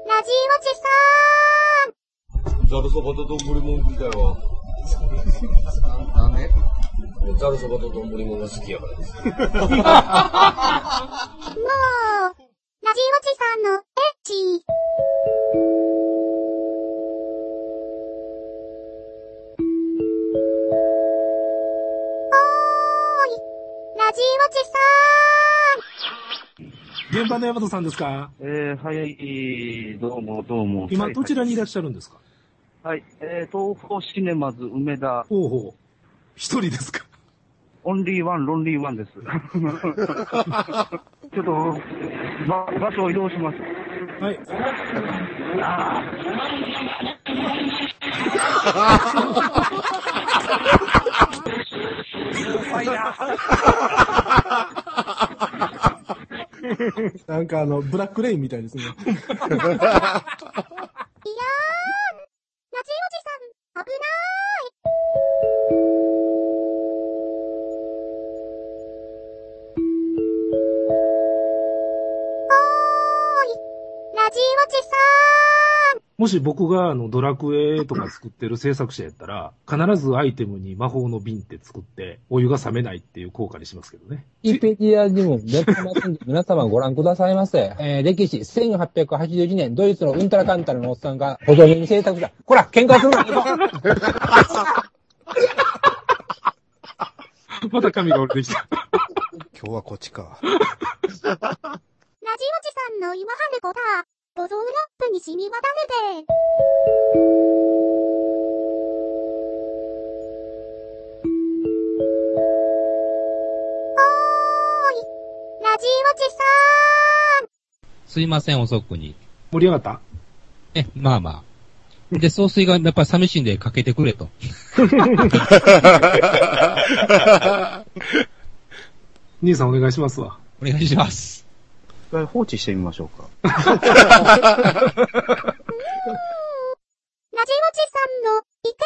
ちさんざるそばと丼もんみたいわ。なんでざるそばと丼もんが好きやからです。もう、ラジオチさんのエッチ。おーい、ラジオチさん。現場の山田さんですかえー、はい、どうもどうも。今、はいどちらにいらっしゃるんですかはい、えー、東方シネマズ梅田、ほうほう。一人ですかオンリーワン、ロンリーワンです。 ちょっと、ば場所を移動します。はい。 なんかあの、ブラックレインみたいですね。いやーん。ラジオチさん、危ない。おーい、ラジオチさん。もし僕があの、ドラクエとか作ってる制作者やったら、必ずアイテムに魔法の瓶って作って、お湯が冷めないっていう効果にしますけどね。キペディアにも載ってますんで、皆様ご覧くださいませ。 えー、歴史、1882年、ドイツのウンタラカンタラのおっさんが、補助に制作した。こら、喧嘩するな、行こうまた髪が折れてきた。今日はこっちか。ラジオチさんの今春子だ。ボゾウラップに染み渡るで。おーい、ラジオチさん。 すいません、遅くに。盛り上がったえ、まあまあ。で、総帥がやっぱり寂しいんでかけてくれと。兄さんお願いしますわ。お願いします。一回放置してみましょうか。ラジオチさんの一徹。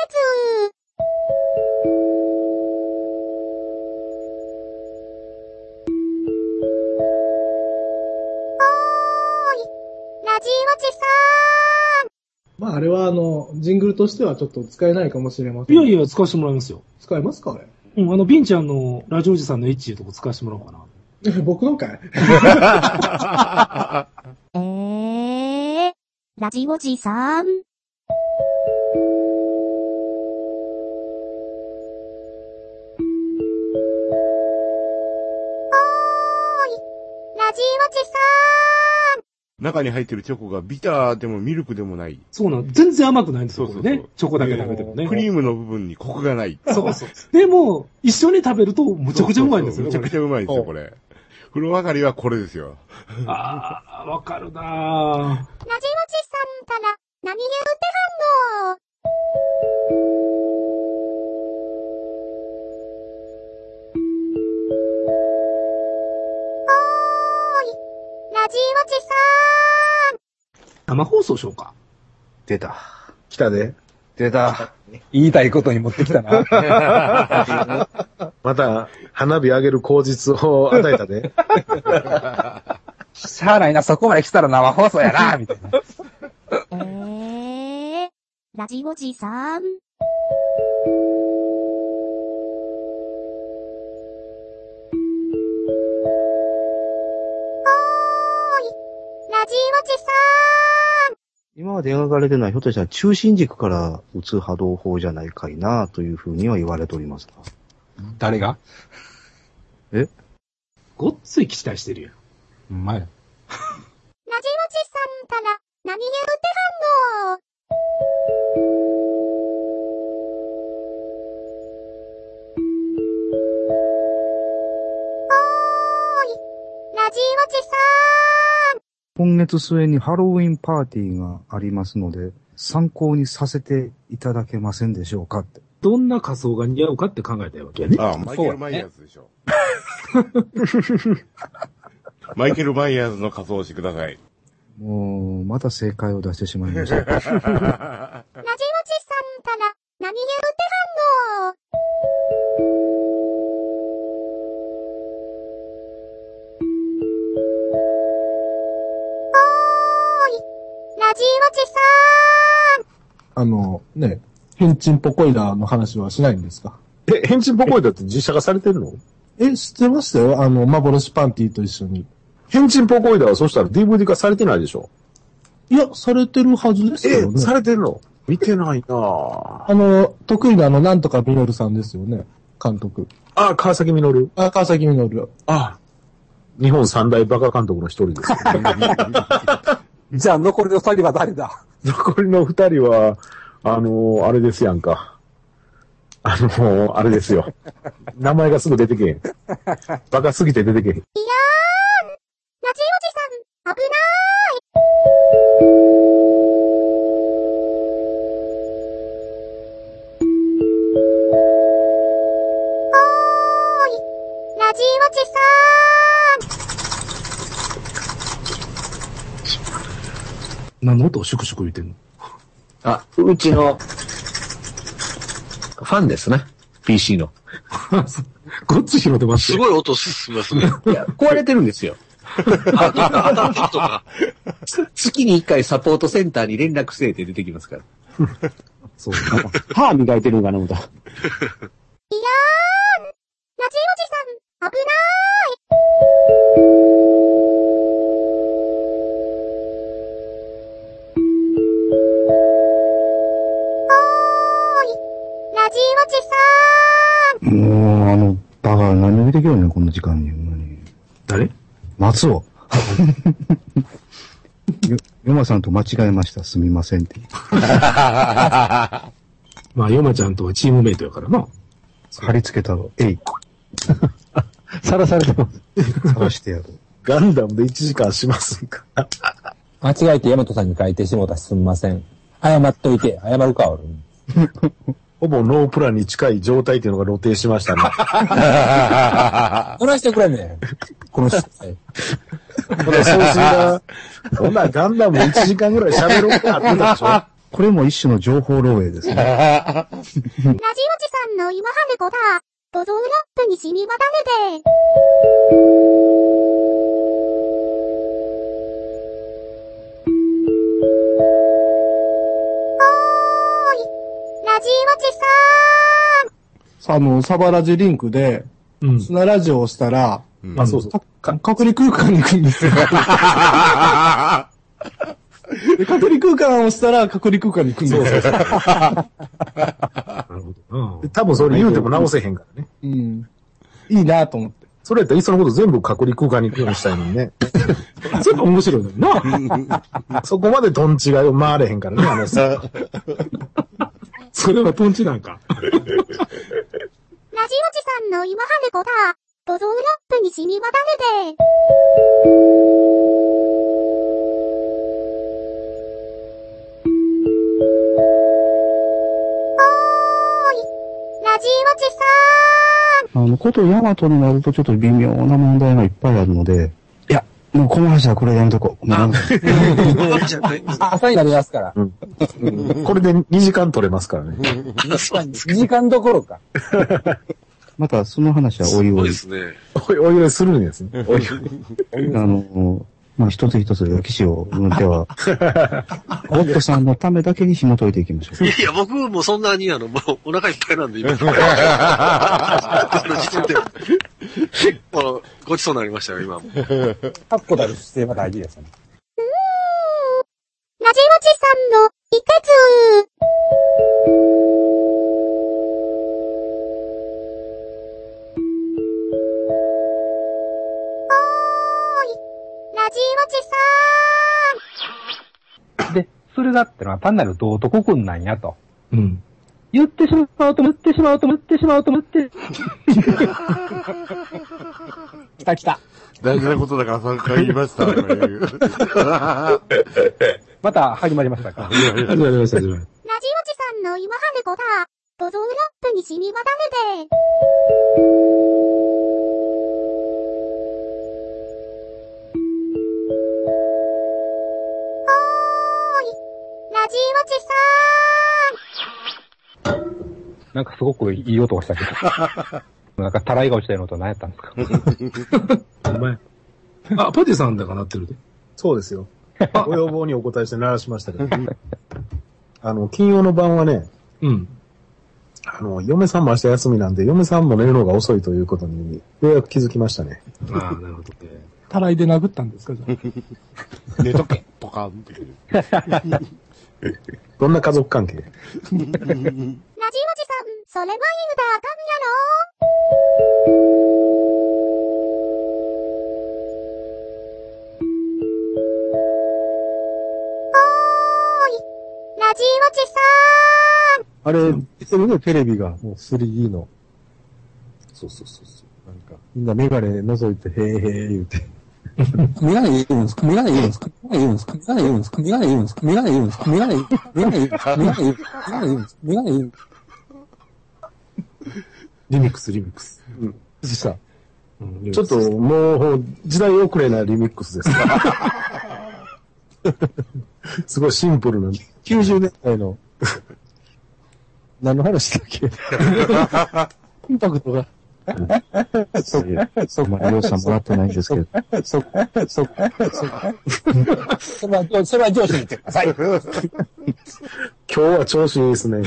おーい、ラジオチさん。まああれはあの、ジングルとしてはちょっと使えないかもしれませいん。やいや、使わせてもらいますよ。使えますかあれ。うん、あの、ビンちゃんのラジオおじさんのエッチいうとこ使わせてもらおうかな。え僕のかいえー、ラジオチさん。おーい、ラジオチさん。中に入ってるチョコがビターでもミルクでもない。そうなの。全然甘くないんですよ、これそうそうねそう。チョコだけ食べてもね。クリームの部分にコクがない。そうそう。でも、一緒に食べるとむちゃくちゃうまいんですよね、こそうそうそうめちゃくれ。ちゃうまいですよ、これ。風呂上がりはこれですよ。ああ、わかるなぁ。ラジオチさんから何言うてはんのおーい、ラジオチさん生放送しようか。出た。来たで。出た。言いたいことに持ってき たな。また、花火上げる口実を与えたで。しゃあないな、そこまで来たら生放送やな、みたいな。えー、ラジオチさん。おーい、ラジオチさん今まで描かれてない、ひょっとしたら中心軸から打つ波動砲じゃないかいな、というふうには言われておりますが。誰がごっつい期待してるやん。うまい。ラジオチさんから何言うてはんのおーい、ラジオチさん今月末にハロウィンパーティーがありますので、参考にさせていただけませんでしょうかって。どんな仮装が似合うかって考えたいわけやね。ああ、マイケル・マイヤーズで しょ。マイケル・マイヤーズの仮装をしてください。もう、また正解を出してしまいました。ラジオチさんから何言うてはんのおーい、ラジおじさん。あの、ね、変ンポコイダーの話はしないんですか え、変人ポコイダーって実写化されてるのえ、知ってましたよあの、幻パンティと一緒に。変人ポコイダーはそしたら DVD 化されてないでしょいや、されてるはずですよね。え、されてるの見てないなぁ。あの、得意なあの、なんとかミノルさんですよね。監督。あ、川崎ミノル。あ、川崎ミノル。あ、日本三大バカ監督の一人ですよ、 じゃあ残りの二人は誰だ残りの二人は、あの、あれですやんか。あの、あれですよ。名前がすぐ出てけへん。バカすぎて出てけへん。いやーん。ラジおじさん、危なーい。おーい。ラジおじさん。何の音をシュクシュク言ってんのあ、うちの、ファンですね。PC の。ごっつ拾ってますすよ。ごい音進みますね。いや、壊れてるんですよ。あ、なんか当たってるとか。月に一回サポートセンターに連絡せえって出てきますから。そう。歯磨いてるんかな、思った。いやーん。ラジおじさん、危なーい。おーい。ラジおじさん。 もう、あの、バカ、何を見てきようねん、こんな時間に。ほんまに誰松尾。よ、ヨマさんと間違えました。すみませんって。まあ、ヨマちゃんとはチームメイトやからな。貼り付けたろ。えい。さらされてます。 探してやる。ガンダムで1時間しますんか。間違えてヤマトさんに書いてしもうたすんません。謝っといて、謝るか、俺。ほぼノープランに近い状態っていうのが露呈しましたね。どないしてくれんねん。この失態。ほな、そうすが、ほな、ガンダム1時間ぐらい喋ろうかって言ったでしょこれも一種の情報漏洩ですね。ラジオジさんの今ハネコだ。ボゾウラップに染み渡るで。おーい。ラジオジさん。あの、サバラジリンクで、うん。砂ラジオをしたら、うんあ、そうそう。か隔離空間に行くん ですよ。で隔離空間をしたら、隔離空間に行くんですよ。なるほどな。多分それ言うても直せへんからね。うん。いいなと思って。それやったらいっそのこと全部隔離空間に行くようにしたいのにね。 それが面白いのにな。そこまでトンチが回れへんからね、あの さ。それはトンチなんか。ラジオジさんの今ハネコだ。ボゾウラップに染み渡るで。おーい。ラジオジさん。あの、ことヤマトになるとちょっと微妙な問題がいっぱいあるので、いや、もうこの話はこれやめとこう。もうやめとこう朝になりますから。これで2時間取れますからね。 2時間どころか。またその話はおいそうおでい。すね。おいおいおいするんですね。おいあの、まあ、一つ一つ歴史を、では、 ゴッドさんのためだけに紐解いていきましょ いやいや、僕もそんなに、あの、もうお腹いっぱいなんで、 今。 あの時点で。結構、ごちそうになりましたよ、今も。確固たる姿勢は大事ですね。ラジオジさんの一徹。おーい。ラジオジさん。で、それだってのは単なる道徳軍なんやと。うん。言ってしまうと、言ってしまうと、言ってしまうと、言って。来た来た。大事なことだから3回言い ました。また始まりましたか。始まりました、始まりましラジオジさんの今ハネコだ。ボゾウラップに染み渡るで。おーい。ラジオジさん。なんかすごくいい音がしたけど。なんかたらいが落ちたような音は何やったんですかた。お前。あ、パティさんだかなってるで。そうですよ。ご要望にお答えして鳴らしましたけど、 あの、金曜の晩はね、うん。あの、嫁さんも明日休みなんで、嫁さんも寝るのが遅いということに、ようやく気づきましたね。ああ、なるほど ね。たらいで殴ったんですか、じゃ寝とけ、ポカンって。どんな家族関係ラジオジさん、それは犬だ、カメラのおーい、ラジオジさん。あれ、それでテレビがもう 3D の。そうそうそうそう。なんか、みんなメガネ覗いて、へーへー言うて。メガネいるんですかメガネいるんですかメガネいるんですかメガネいるんですかメガネいるんですかメガネいるんですかメガネいるんですかメガネいるんですか メガネいるんですかメガネいるんですかメガネいるんですかリミックス、リミックス。うん。でした。リミックちょスっと、もう、時代遅れなリミックス です。すごいシンプルなんで。90年代の、何の話だっけインパクトが。そそまあ、りょうさんもらってないんですけど。そ、そ、そ、それは上、それは上司に言ってください。今日は調子いいですね。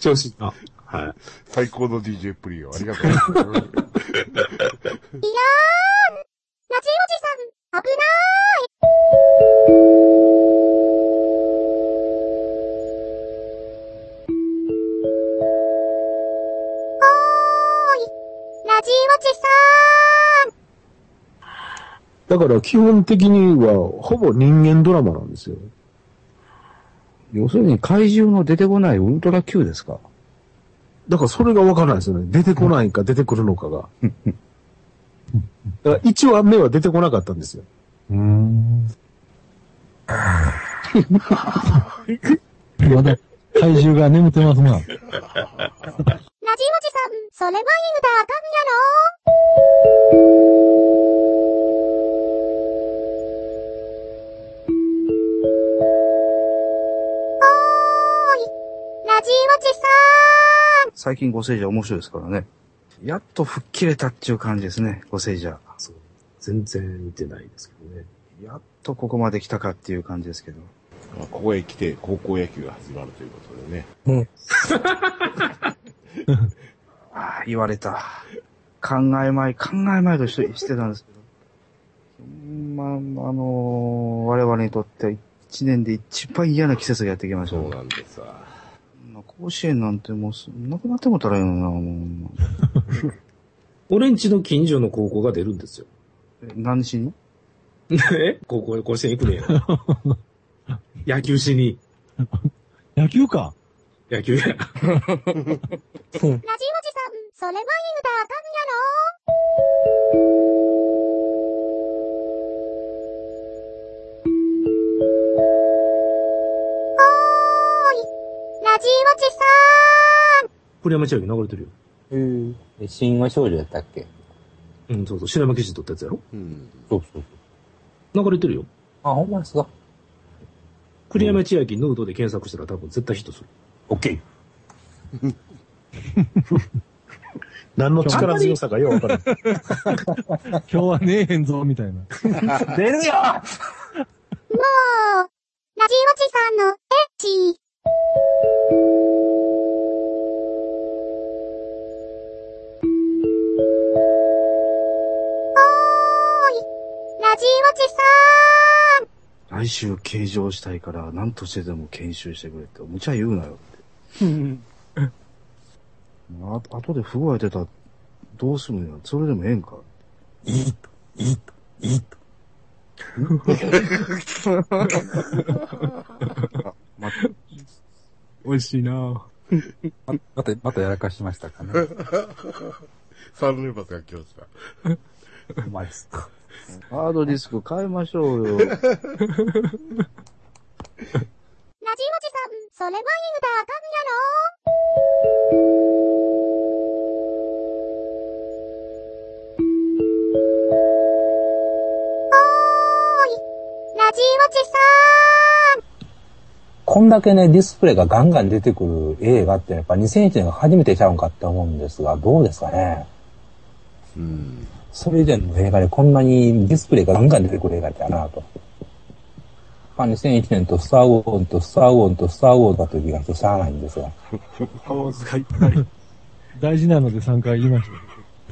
調子。あ、はい。最高の DJ プリよ。ありがとう。 いやーん。ラジオジさん、危なーい。おーい、ラジオジさだん。から基本的には、ほぼ人間ドラマなんですよ。要するに怪獣の出てこないウルトラ Q ですかだからそれがわからないですよね。出てこないか出てくるのかが。だから1話目は出てこなかったんですよ。うん。まだ怪獣が眠ってますな。ラジオジさん、それは犬だ、かんやろおーい、ラジオジさん。最近ご聖者面白いですからね。やっと吹っ切れたっていう感じですね、ご聖者。全然見てないですけどね。やっとここまで来たかっていう感じですけど。ここへ来て高校野球が始まるということでね。うん。ああ、言われた。考えまい、考えまいとししてたんですけど。まあ、あのー我々にとっては一年で一番嫌な季節がやってきました。そうなんですわ。まあ甲子園なんてもうす、なくなってもたらいいのにな、もう。俺んちの近所の高校が出るんですよ。え何しにえ高校へ甲子園行くねや。 野球しに。野球か。野球や。ラジオジさん、それは犬だ、かんやろおーい、ラジオジさん。栗山千明流れてるよ。え、神話少女やったっけうん、そうそう。白山騎士取ったやつやろうん。そうそう。流れてるよ。あ、ほんまですか。栗山千明ヌードで検索したら多分絶対ヒットする。オッケー。何の力強さかようわからない。今日はねえへんぞ、みたいな。出るもう、よラジオジさんの、エッチ。おーい、ラジオジさん。来週計上したいから、何としてでも研修してくれって、無茶言うなよって。あ後で不具合出たら、どうするのよ。それでもええんか。いいと、いいと、いいと。ま、美味しいなぁ。ま、また、またやらかしましたかね。三連発が来ました。うまいっすか。ハードディスク変えましょうよ。ラジオジさん、それは犬だ、あかんやろおーい、ラジオジさん。こんだけね、ディスプレイがガンガン出てくる映画ってやっぱ2001年が初めてちゃうんかって思うんですが、どうですかねうん。それ以前の映画でこんなにディスプレイがガンガン出てくる映画ってやなぁと。まあ、2001年とスターウォーンとスターウォーンとスターウォーンだというがしゃあない んですが。ターウォーズがいっぱい。大事なので3回言いました。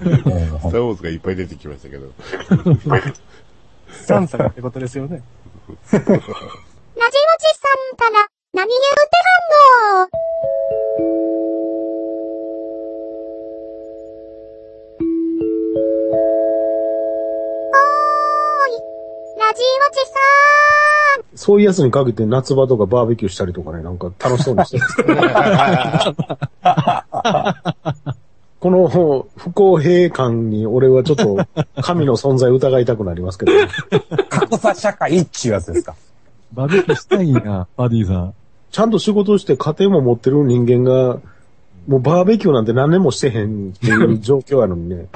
スター・ウォーズがいっぱい出てきました けど。 3作ってことですよね。ラジオチさんたら、何言うてはんのおーい、ラジオチさんそういうやつにかけて夏場とかバーベキューしたりとかね、なんか楽しそうにしてる。この不公平感に俺はちょっと神の存在を疑いたくなりますけど、ね、格差社会っていうやつですか。バーベキューしたいな、バディさん。ちゃんと仕事して家庭も持ってる人間が、もうバーベキューなんて何年もしてへんっていう状況やのに ね、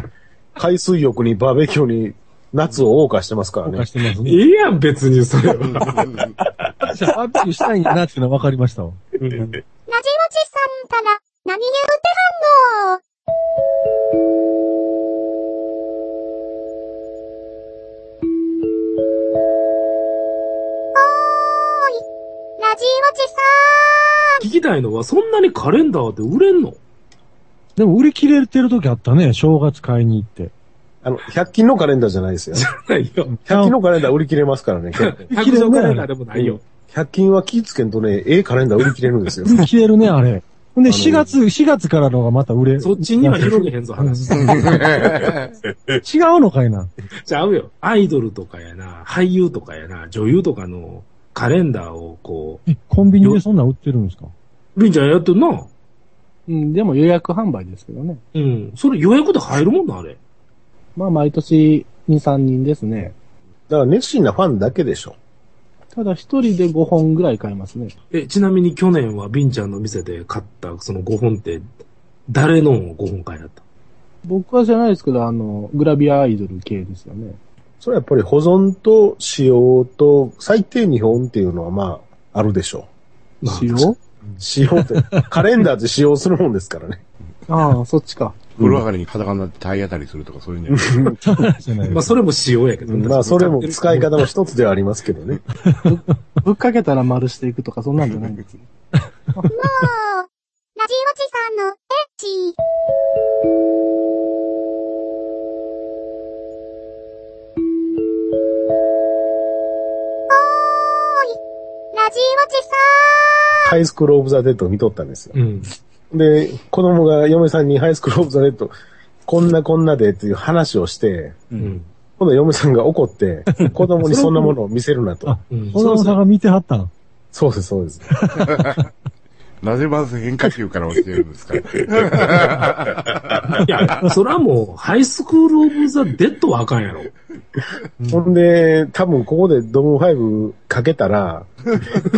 海水浴にバーベキューに夏を謳歌してますからね。してますねね。いいやん、別にそれは。じゃあ、バーベキューしたいなっていうのは分かりましたわ。ラジオチさんたら、何言うてはんのおーい、ラジオチさ聞きたいのは、そんなにカレンダーって売れんのでも売り切れてる時あったね、正月買いに行って。あの、100均のカレンダーじゃない ですよ。100均のカレンダー売り切れますからね。100均のカレンダーでもないよ。 100均は気ぃつけんとね、ええカレンダー売り切れるんですよ。売り切れるね、あれ。ほんで、4月、4月からのがまた売れ。そっちには広げへんぞ、話。違うのかいな。ちゃうよ。アイドルとかやな、俳優とかやな、女優とかのカレンダーをこう、コンビニでそんなん売ってるんですかりんちゃんやってんな。うん、でも予約販売ですけどね。うん。それ予約で入るもんな、あれ。まあ、毎年2、3人ですね。だから熱心なファンだけでしょ。ただ一人で5本ぐらい買いますね。え、ちなみに去年はビンちゃんの店で買ったその5本って、誰の5本買いだった僕はじゃないですけど、あの、グラビアアイドル系ですよね。それはやっぱり保存と使用と最低2本っていうのはまあ、あるでしょう。使用使用 って、カレンダーって使用するもんですからね。ああ、そっちか。風呂上がりに裸になって体当たりするとかそういうんじゃないまあ、それも仕様やけどまあ、それも使い方の一つではありますけどね。ぶっかけたら丸していくとか、そんなんじゃないんですよ。んもう、ラジオチさんの、エッチ。おーい、ラジオチさハイスクールオブザ・デッドを見とったんですよ。うん。で、子供が嫁さんにハイスクールオブザ・デッド、こんなこんなでっていう話をして、うん。今度嫁さんが怒って、子供にそんなものを見せるなと。子供さんが見てはったん。そうです、そうです。なぜまず変化球から教えるんですかいや、それはもう、ハイスクールオブザ・デッドはあかんやろ。ほんで、多分ここでドム5かけたら、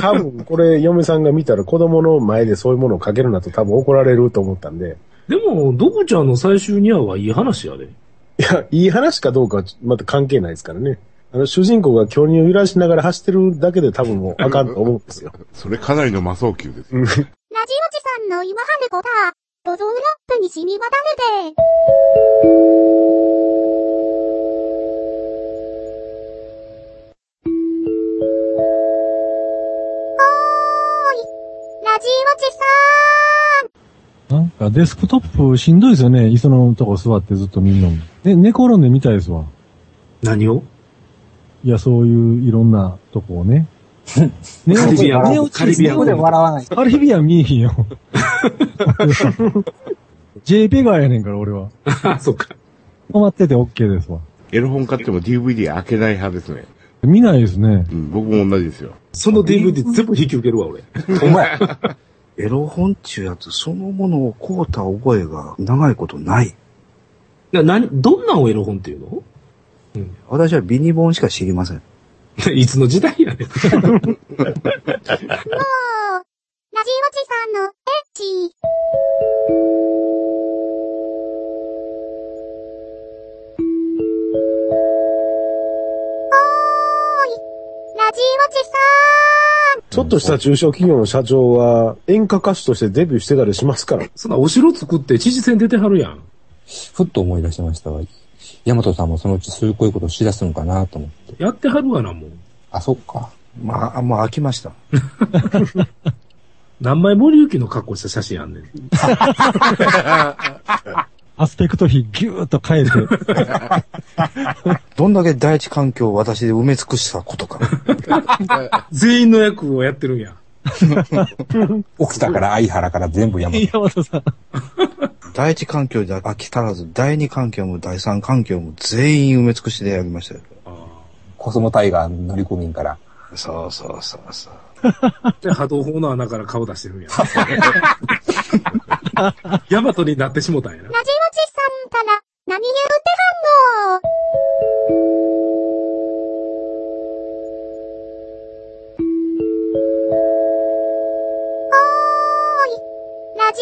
多分これ嫁さんが見たら子供の前でそういうものをかけるなと多分怒られると思ったんで、でも、ドクちゃんの最終2話はいい話やで。いや、いい話かどうかはまた関係ないですからね。あの、主人公が巨乳を揺らしながら走ってるだけで多分もうあかんと思うんですよ。それかなりの魔装球ですよ。ん、ラジオチさんの今春子だ。ドゾウラップに染み渡るで。おーい、ラジオチさん。なんかデスクトップしんどいですよね。椅子のとこ座ってずっと見るのも。ね、寝転んでみたいですわ。何をいや、そういういろんなとこをね。寝落ち、寝落ち、カリビアン寝落ちわない。カリビアン見えへんよ。j ペガーやねんから、俺は。 そっか。止まってて OK ですわ。エロ本買っても DVD 開けない派ですね。見ないですね。うん、僕も同じですよ。その DVD 全部引き受けるわ、俺。お前。エロ本っちゅうやつ、そのものを買うた覚えが長いことない。 な、何、どんなんをエロ本っていうの私はビニ本しか知りません。 いつの時代やねん。もう、ラジオチさんの、エッチ。おーい、ラジオチさちょっとした中小企業の社長は演歌歌手としてデビューしてたりしますから。そんなお城作って知事選出てはるやん。ふっと思い出しましたわ。ヤマトさんもそのうちそういうことをしだすのかなと思って。やってはるわな、もう。あ、そっか。まあ、もう飽きました。何枚森行きの格好した写真あんねん。アスペクト比ギューッと変えて。 どんだけ第一環境を私で埋め尽くしたこと か。全員の役をやってるんや。奥田から相原から全部山いや、さん。第一環境じゃ飽き足らず、第二環境も第三環境も全員埋め尽くしでやりましたよ。コスモタイガー乗り込みんから。そうそうそうそう。で、波動砲の穴から顔出してるんや。 ヤマトになってしもたんやな。ラジオチさんから、何言うてはんのおーい、ラジ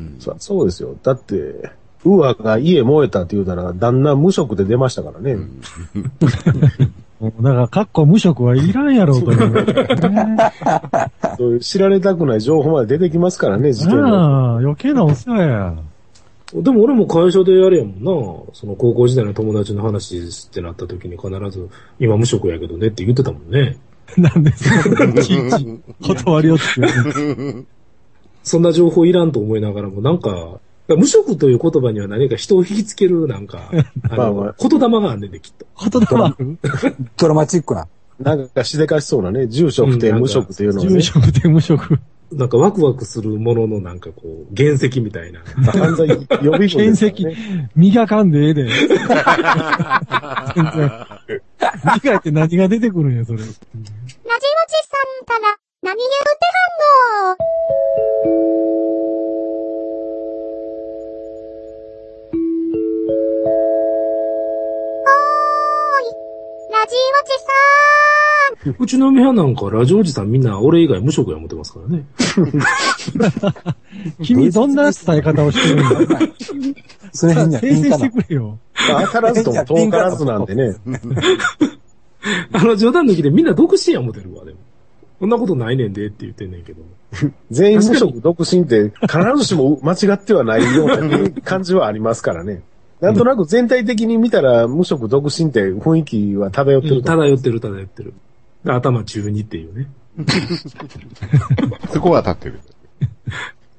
オチさん。そそうですよ。だって、ウーアが家燃えたって言うたら、旦那無職で出ましたからね。もうだから、かっこ無職はいらんやろうと思う。そういう知られたくない情報まで出てきますからね、事件の。ああ、余計なお世話や。でも俺も会社であれやもんな。その高校時代の友達の話ってなった時に必ず、今無職やけどねって言ってたもんね。なんでそんな ちんちん断りを つけるそんな情報いらんと思いながらも、なんか、だから無職という言葉には何か人を引きつける、なんか、 あの、言霊があんねんで、きっと。言霊ドラマチッ クな。なんかしでかしそうなね、住所不定無職っていうのはね。住所不定無職。なんかワクワクするもののなんかこう、原石みたいな。 犯罪予 備原石、磨かんでええで。全然。磨いて何が出てくるん や、それ。ラジオチさんから、何言うてはんのおーい、ラジオチさうちの親なんかラジオおじさんみんな俺以外無職や思ってますからね。 君どんな伝え方をしてるんだそれ変には訂正 してくれよ。当たらずとも遠からずなんでね。あの冗談抜きでみんな独身や思ってるわ、でも。こんなことないねんでって言ってんねんけど。全員無職独身って必ずしも間違ってはないような感じはありますから ね。なんとなく全体的に見たら無職独身って雰囲気は漂ってると思う。漂ってる漂ってる。で頭中二っていうね。そこは立ってる。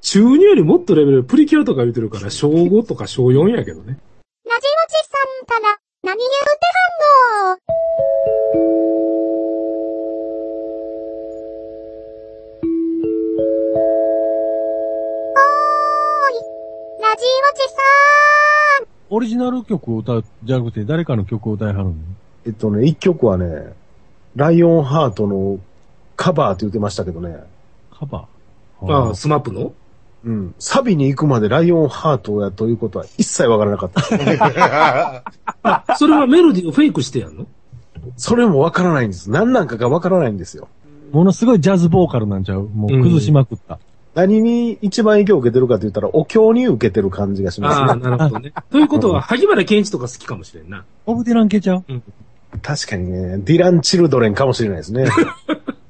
中二よりもっとレベル、プリキュアとか言ってるから、小5とか小4やけどね。ん。ラジオチさんから、何言うてはんのおーい、ラジオチさん。オリジナル曲を歌うじゃなくて誰かの曲を歌いはるのえっとね、一曲はね、ライオンハートのカバーって言ってましたけどね。カバーああ、スマップのうん。サビに行くまでライオンハートやということは一切わからな かった。あ、それはメロディーをフェイクしてやんのそれもわからないんです。何なんかがわからないんですよ。ものすごいジャズボーカルなんちゃうもう崩しまくった。何に一番影響を受けてるかと言ったら、お経に受けてる感じがしますね。ああ、なるほどね。ということは、萩原健一とか好きかもしれんな。オブディラン系ちゃう、確かにね、ディラン・チルドレンかもしれないですね。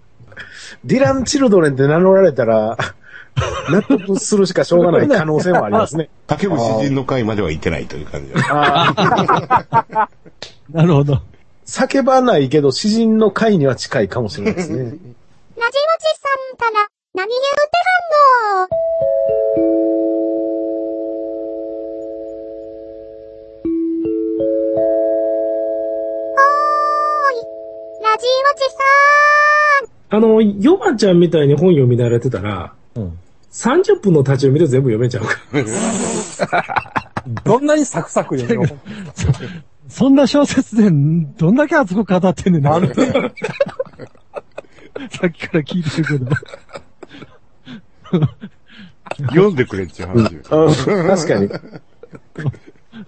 ディラン・チルドレンって名乗られたら、 納得するしかしょうがない可能性もありますね。竹内人の会までは行ってないという感じだなるほど。叫ばないけど、詩人の会には近いかもしれないですね。ラジオチさんから、何言うてはんのおーい、ラジオチさん。あの、ヨマちゃんみたいに本読み慣れてたら、30分の立ち読みで全部読めちゃうから。どんなにサクサク読 むそんな小説でんどんだけ熱く語ってんねんな。 さっきから聞いてるけど。 読んでくれっていう話。確かに。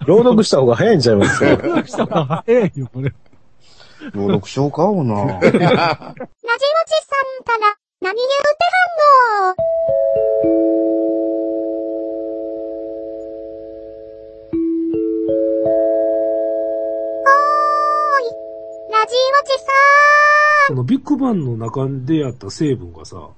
朗読した方が早いんちゃいますか したら早いよ、これ。朗読しようか、おな。ラジオチさんから、何言うてはんのおーい、ラジオチさ そのビッグバンの中でやった成分がさ、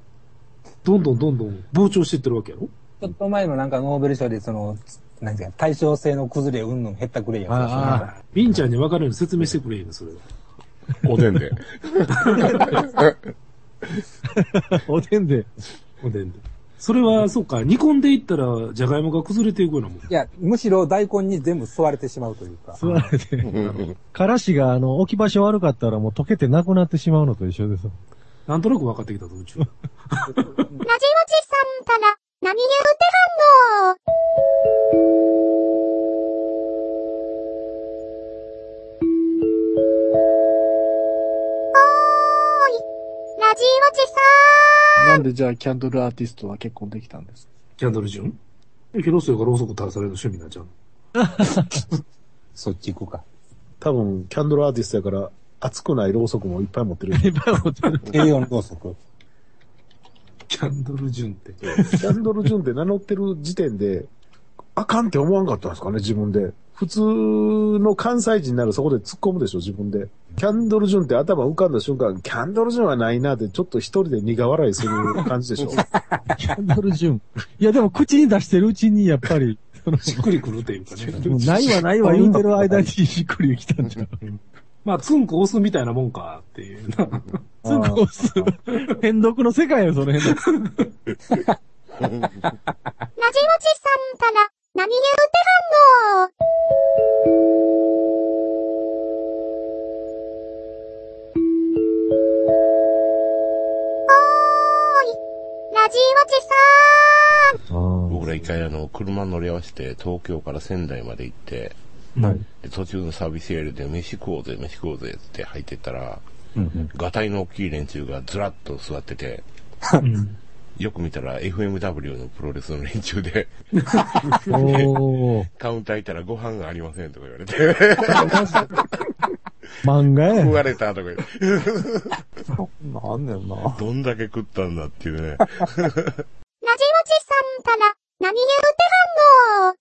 どんどんどんどん膨張していってるわけやろちょっと前のなんかノーベル賞でその、なんていうか、対称性の崩れうんぬん減ったくれや。ビンちゃんに分かるように説明してくれへんの、それ。おでんで。おでんで。おでんで。それは、そうか、煮込んでいったら、じゃがいもが崩れていくようなもん。いや、むしろ大根に全部吸われてしまうというか。吸われて、からしが、あの、置き場所悪かったらもう溶けてなくなってしまうのと一緒です。なんとなく分かってきたぞ、うちは。ラジオチさんから、何言うてはんのおーい、ラジオチさなんでじゃあキャンドルアーティストは結婚できたんですかキャンドルジュン広末がろうそく垂らされるの趣味になっちゃうの。そっち行くか。多分、キャンドルアーティストやから、熱くないろうそくもいっぱい持ってる。いっぱい持ってる。栄養のろうそく。キャンドルジュンって。キ ャンドルジュンって名乗ってる時点で、あかんって思わんかったんですかね、自分で。普通の関西人ならそこで突っ込むでしょ、自分で。キャンドルジュンって頭浮かんだ瞬間、キャンドルジュンはないなって、ちょっと一人で苦笑いする感じでしょ。キャンドル順。いや、でも口に出してるうちに、やっぱ り、その、しっくりくるというかね。ないわないわ言うてる間にしっくりきたんじゃん。まあ、ツンコ押すみたいなもんかっていうな。ツンコ押す。変読の世界よ、その辺読。ん、ラジオチさんから、何言うてはんのおーい、ラジオチさん僕ら一回あの、車乗り合わせて、東京から仙台まで行って、はい。で途中のサービスエリアで飯食おうぜ、飯食おうぜって入ってったら、うんうんガタイの大きい連中がずらっと座ってて、 よく見たら FMW のプロレスの連中で、 おー。 カウンター行ったらご飯がありませんとか言われて、 漫画食わや。れたとか言って、なんだよな。どんだけ食ったんだっていうね。ラジオチさんから、何言うてはんの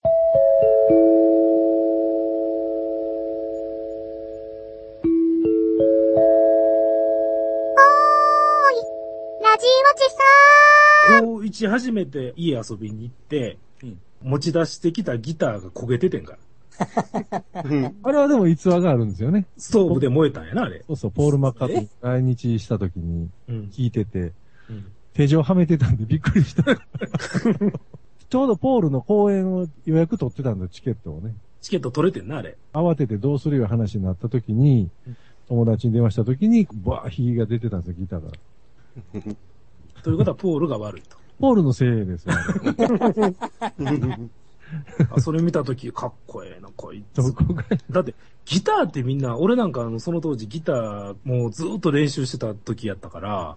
おーい、ラジオチさ高一初めて家遊びに行って、持ち出してきたギターが焦げててんから。あれはでも逸話があるんですよね。ストーブで燃えたんやな、あれ。そうそう、ポール・マッカートニー来日した時にうん。聞いてて、うん手錠はめてたんでびっくり した。ちょうどポールの 公演を予約取ってたんだ、チケットをね。チケット取れてんな、あれ。慌ててどうするよ話になった時に、友達に電話した時に、バー、ひげが出てたんですよ、ギターが。ということは、ポールが悪い と。ポールのせいですよ。あそれ見たとき、かっこええな、こいつ。だって、ギターってみんな、俺なんかあのその当時ギターもうずっと練習してた時やったから、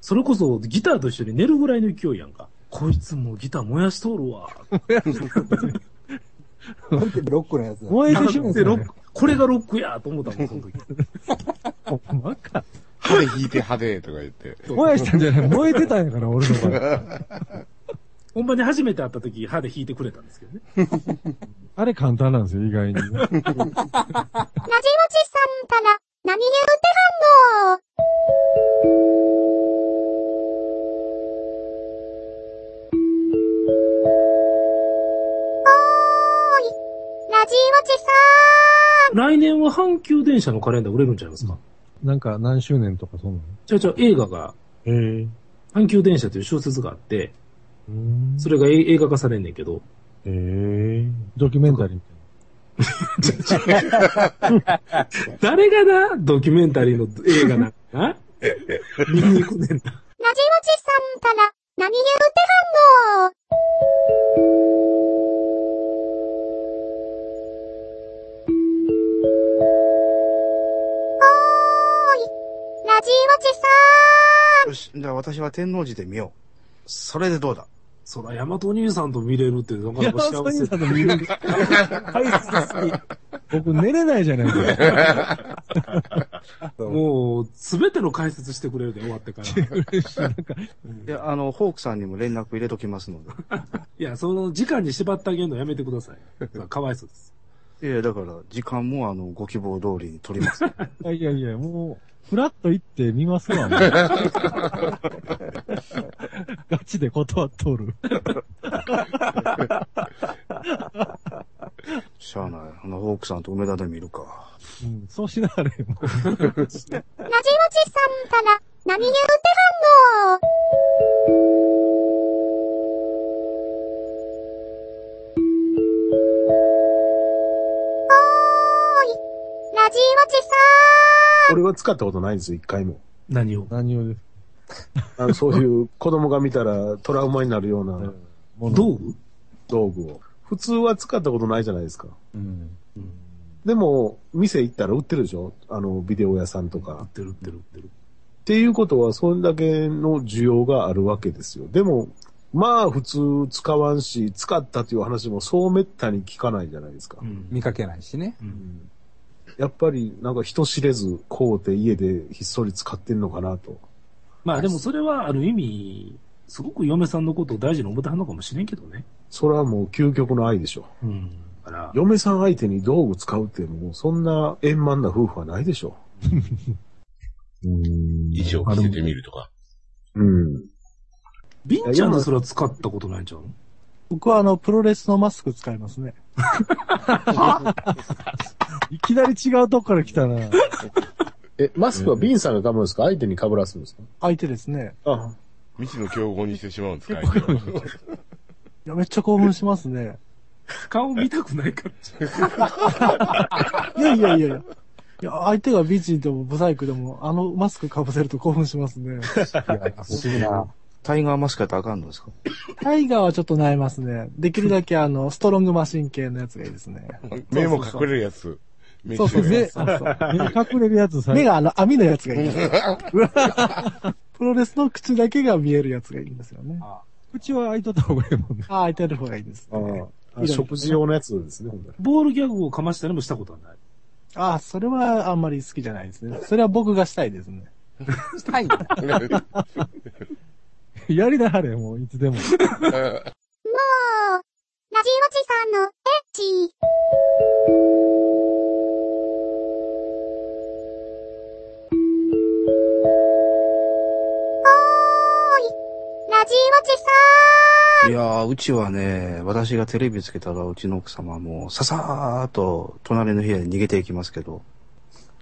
それこそギターと一緒に寝るぐらいの勢いやんか。こいつもうギター燃やしとるわ。ロックのやつだ。燃えてしまうでロックこれがロックやと思ったもん、その時。マか。歯で引いて歯でとか言って。燃やしたんじゃない燃えてたんやから、俺の場合。本番に初めて会った時、歯で弾いてくれたんですけどね。あれ簡単なんですよ、意外に。ん、ラジオチさんから、何言うてはんのおーい、ラジオチさ来年は阪急電車のカレンダー売れるんちゃいますかなんか何周年とかそんなちゃうちゃう映画が、阪急電車という小説があって、のそれがえ映画化されんねんけど、ええドキュメンタリーみ 誰がな、ドキュメンタリーの映画なんかな 見に行くねんん、ラな。ジオチさんから、何言うてはんのおーい、ラジオチさよし、じゃあ私は天王寺で見よう。それでどうだそら、ヤマト兄さんと見れるって、なかたないな。か幸せ。の見るんだ。 僕寝れないじゃないですか。もう、すべての解説してくれるで、終わってから。いいや、あの、ホークさんにも連絡入れときますのや、その、時間に縛ってあげるのやめてく ださい。かわいそうです。 で。いや、だから、時間もあの、ご希望通りに取り ま す。いやいやいや、もう、ふらっと行ってみます わ、もうガチで断っとる。しゃあない。あの、ホークさんと梅田で見るか。うん、そうしなはれよ。ラジオチさんから、何言うてはんのおーい、ラジオチさ俺は使ったことないんですよ、一回も。何を何をですあのそう いう子供が見たらトラウマになるような道具道具を。普通は使ったことないじゃないですか。でも、店行ったら売ってるでしょあの、ビデオ屋さんとか。売ってる売ってる売ってる。っていうことは、それだけの需要があるわけですよ。でも、まあ普通使わんし、使ったという話もそうめったに聞かないじゃないですか。見かけないしね。やっぱりなんか人知れずこうて家でひっそり使ってんのかなと。まあでもそれはある意味、すごく嫁さんのことを大事に思ってはんのかもしれんけどね。それはもう究極の愛でしょ。うん。嫁さん相手に道具使うってもうそんな円満な夫婦はないでしょ。衣装着せてみるとか。うん。ビンちゃんのそれは使ったことないんちゃうの僕はあの、プロレスのマスク使いますね。いきなり違うとこから来たな。え、マスクはビンさんが被るんですか相手に被らすんですか相手ですね。あ未知の競合にしてしまうんですかいや、めっちゃ興奮しますね。。顔見たくないからいやいやいやいや。いや、相手が美人でもブサイクでも、あのマスク被せると興奮しますね。すごいな。タイガーマスクやったらあかんのですかタイガーはちょっと悩みますね。できるだけあの、ストロングマシン系のやつがいいですね。目も隠れるやつ。そうそう、目、そうそう隠れるやつさ。目があの、網のやつがいい。 プロレスの口だけが見えるやつがいいんですよね。口は開いとった方がいいもんね。ああ、開いてる方がいいです。あ食事用のやつですね、ほんとに ボールギャグをかましたりもしたことはない。ああ、それはあんまり好きじゃないですね。それは僕がしたいですね。したいやりなはれ、もう、いつで も。もう、ラジオチさんのエッチ。おーい、ラジオチさいやー、うちはね、私がテレビつけたら、うちの奥様はもう、ささーっと、隣の部屋に逃げていきますけど、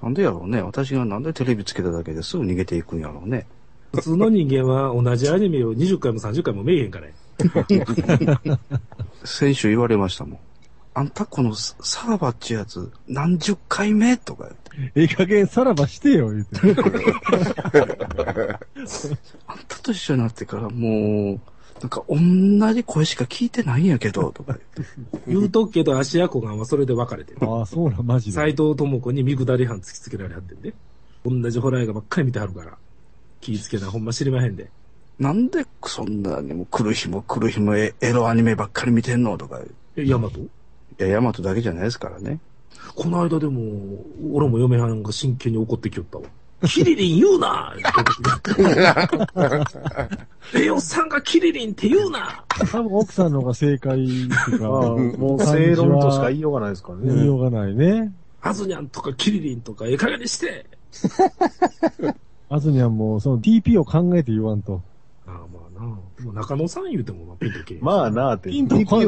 なんでやろうね。私がなんでテレビつけただけですぐ逃げていくんやろうね。普通の人間は同じアニメを20回も30回も見えへんからね。先週言われましたもん。あんたこのササラバっちゅうやつ、何十回目とか言って。ええ加減さらばしてよ、言うて。あんたと一緒になってからもう、なんか同じ声しか聞いてないんやけど、とか言うとっけど、芦屋小がはそれで別れてる。ああ、そうなん、マジで。斎藤智子に見下り犯突きつけられはってんで。同じホラー映画ばっかり見てはるから。気ぃつけな、ほんま知りまへんで。なんでそんなにもう来る日も来る日もエエロアニメばっかり見てんのとか言う。え、ヤマトいや、ヤマトだけじゃないですからね。この間でも、俺も嫁はんが真剣に怒ってきよったわ。キリリン言うなレオさんがキリリンって言うな多分奥さんの方が正解っていうか、もう正論としか言いようがないですからね。言いようがないね。アズニャンとかキリリンとかええ加減にしてあずにはもう、その TP を考えて言わんと。ああ、まあなもう中野さん言うてもまあピンとけえへんまあなあって。ピンとこ、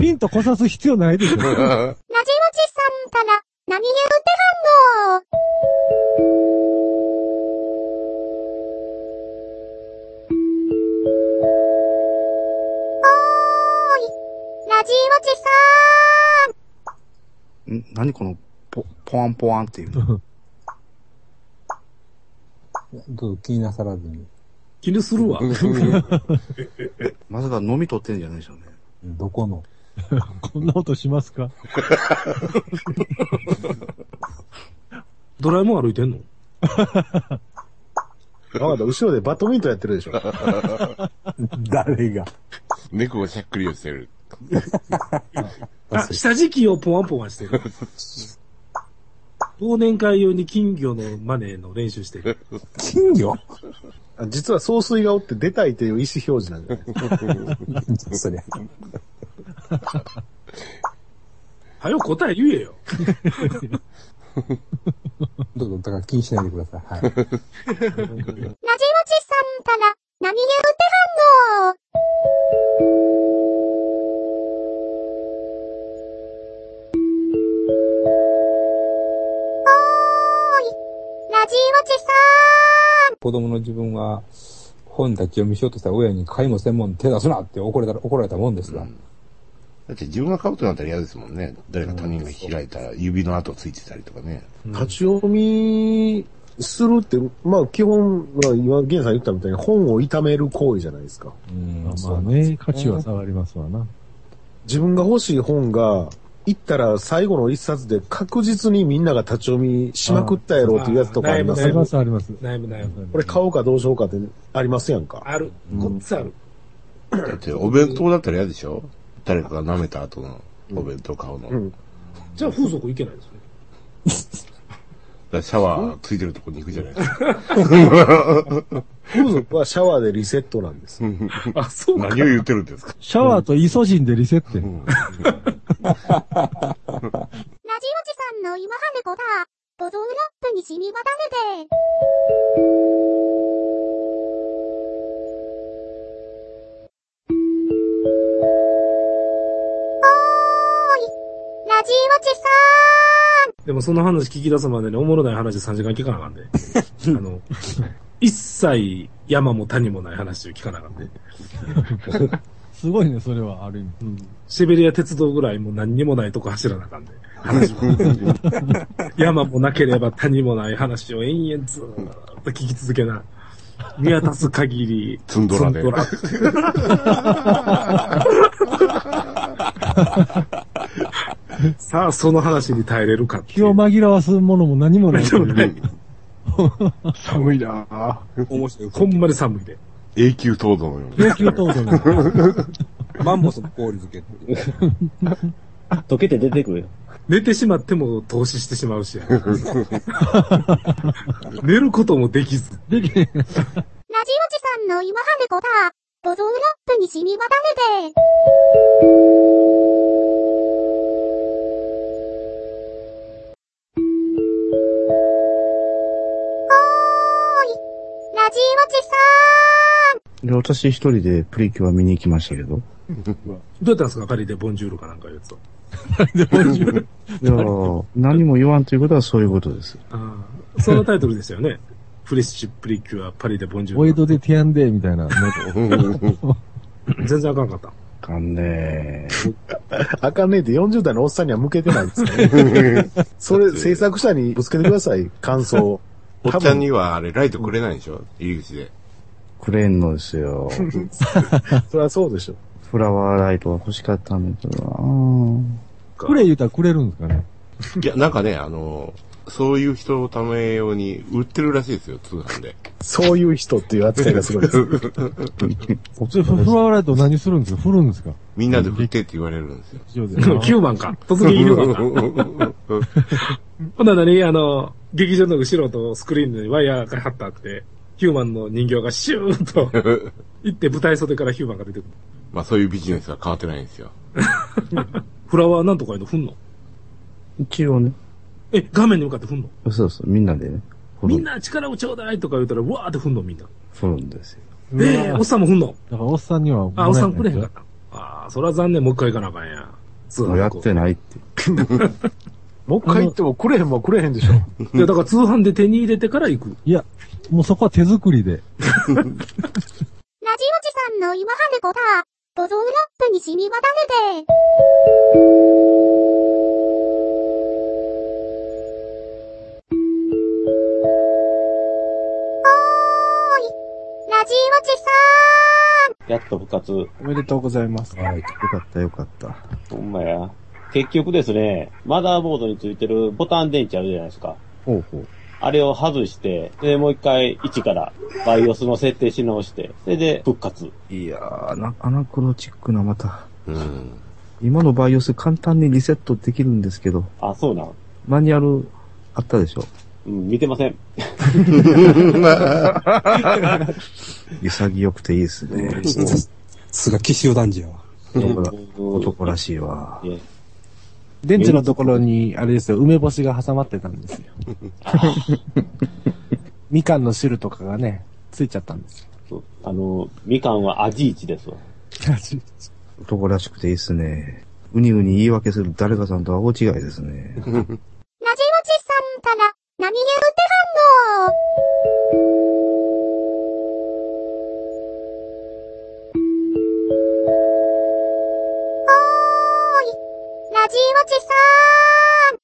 ピンとこさす必要ないでしょ。ん。ラジオチさんから、何言うてはんのおーい、ラジオチさん。ん何このポ、ポワンポワンっていうの。どう気になさらずに。気にす るわ。まさか飲み取ってんじゃないでしょうね。どこのこんな音しますかドラえもん歩いてんのわかった、後ろでバドミントンやってるでしょ。誰が。 猫がしゃっくりをしてる。あ、下敷きをポワンポワンしてる。忘年会用に金魚のマネーの練習してる。金魚あ実は総帥がおって出たいという意思表示なんじゃないそりゃ。はよ答え言えよ。どうぞ、だから気にしないでください。はい。ラジオチさんから、何言うてはんのおちさ子供の自分は本だけ読みしようとした親に買いも専門手出すなって怒られた怒られたもんですが。だって自分が買うとなったら嫌ですもんね。誰か他人が開いたら指の跡ついてたりとかね。立ち読みするって、まあ基本は今、源さん言ったみたいに本を痛める行為じゃないですか。まあまあね、価値は下がりますわな。自分が欲しい本が、行ったら最後の一冊で確実にみんなが立ち読みしまくったやろうっていうやつとかありますあー悩む悩むあります。悩む悩む。これ買おうかどうしようかってありますやんか。ある。こっつある。だってお弁当だったら嫌でしょ誰かが舐めた後のお弁当買うの。だかじゃあ風俗いけないですね。らシャワーついてるとこに行くじゃないですか。風俗はシャワーでリセットなんです。あ、そう何を言ってるんですかシャワーとイソジンでリセットラや。ジオジさんの今春子だ。ドゾーラップに染み渡るで。おーい。ラジオジさでもその話聞き出すまでにおもろない話3時間聞かなあ かんで。あの、一切山も谷もない話を聞かなあかんで。すごいね、それは、ある意味。シベリア鉄道ぐらいもう何にもないとこ走らなあかんで。話 も山もなければ谷もない話を延々ずーっと聞き続けな。見渡す限り。ツンドラでツ ンドラさあ、その話に耐えれるか。気を紛らわすものも何もない という。寒いなぁ。面白い。ほんまに寒いで。永久凍土のように。永久凍土のマンモスの氷漬け。溶けて出てくるよ。寝てしまっても投資してしまうし。寝ることもできず。できねん。ラジオジさんの今春子だ。ドゾーラップに染み渡るで。おーい。ラジオジさで、私一人でプリキュア見に行きましたけど。どうやったんですか仮でボンジュールかなんか言うと。いやー何も言わんということはそういうことです。ああ。そのタイトルですよね。フレッシュプリキュア、パリでボンジューおル。江戸でティアンデーみたいな。全然あかんかった。あかんねあかんねえって40代のおっさんには向けてないんです ね。それ制作者にぶつけてください、感想。おっちゃんにはあれライトくれないでしょ入り口で。くれんのですよ。そりゃそうでしょ。フラワーライトが欲しかったんだけどなぁくれ言うたらくれるんですかね。いや、なんかね、あの、そういう人のため用に売ってるらしいですよ、通販で。そういう人っていう扱いがすごいです。 それフフラワーライト何するんですか振るんですかみんなで振ってって言われるんですよ。 9番か。突撃9番か。ほんならに、あの、劇場の後ろとスクリーンにワイヤーが貼ったって、ヒューマンの人形がシューンと、行って舞台袖からヒューマンが出てくる。 まあそういうビジネスは変わってないんですよ。フラワーなんとかいうの振んの一応ね。え、画面に向かって振んのそうそう、みんなでね。振みるんな力をちょうだいとか言うたら、わーって振んのみんな。振るんですよ。えー、おっさんも振んのだからおっさんには。あ、おっさん来れへんかった。あーそれは残念、もう一回行かなあかんや。通もうや販っ。てないって。もう一回言ってもくれへんもくれへんでしょ。いや、だから通販で手に入れてから行く。いや、もうそこは手作りで。ん。ラジオジさんの今春子だ。ドゾーラップに染み渡るで。おーい。ラジオジさん。やっと復活。おめでとうございます。はい、よかったよかった。ほんまや。結局ですね、マザーボードについてるボタン電池あるじゃないですか。ほうほう。あれを外して、で、もう一回1からバイオスの設定し直して、それで復活。いやー、な、アナクロチックなまた。うん。今のバイオス簡単にリセットできるんですけど、あ、そうなん。マニュアルあったでしょうん、見てませ ん。潔くていいですね。すが、岸尾男児やわ。男ら男らしいわ。電池のところに、あれですよ、梅干しが挟まってたんです よ。みかんの汁とかがね、ついちゃったんですそうあの、みかんは味一ですわ。よ。男らしくていいですね。うにうに言い訳する誰かさんとは大違いですね。ラジオチさんから、何言うてはんの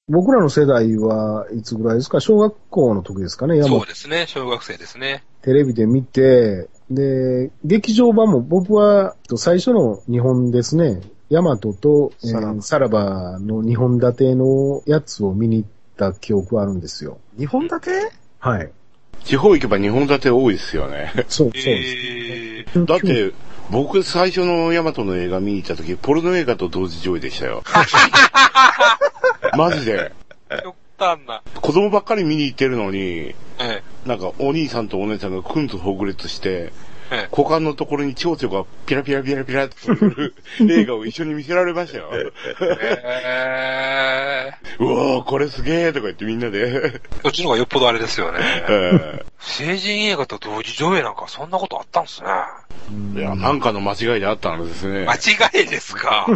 僕らの世代はいつぐらいですか小学校の時ですかね山そうですね、小学生ですね。テレビで見て、で、劇場版も僕は最初の日本ですね、ヤマトと、えーさらばの2本立てのやつを見に行った記憶はあるんですよ。 2本立てはい。地方行けば日本立て多いですよね。そう、そうです、だって、僕最初のヤマトの映画見に行った時、ポルノ映画と同時上映でし たよ。マジで。子供ばっかり見に行ってるのに、えなんかお兄さんとお姉さんがくんとほぐれつして、股間のところに蝶々がピラピラピラピラってくる 映画を一緒に見せられましたよ。うおー、これすげーとか言ってみんなで。そっちの方がよっぽどあれですよね。え成人映画と同時上映なんかそんなことあったんですね。えいや、なんかの間違いであったんですね。間違いですか。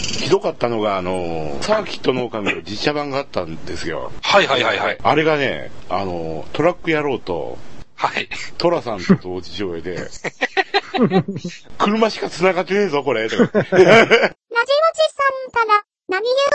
ひどかったのが、あの、サーキットの狼の実写版があったんですよ。はいはいはいはい。あれがね、あの、トラック野郎と、はい。トラさんと同時上映 で、車しか繋がってねえぞ、これ。とか言ってラジオチさんから、何言う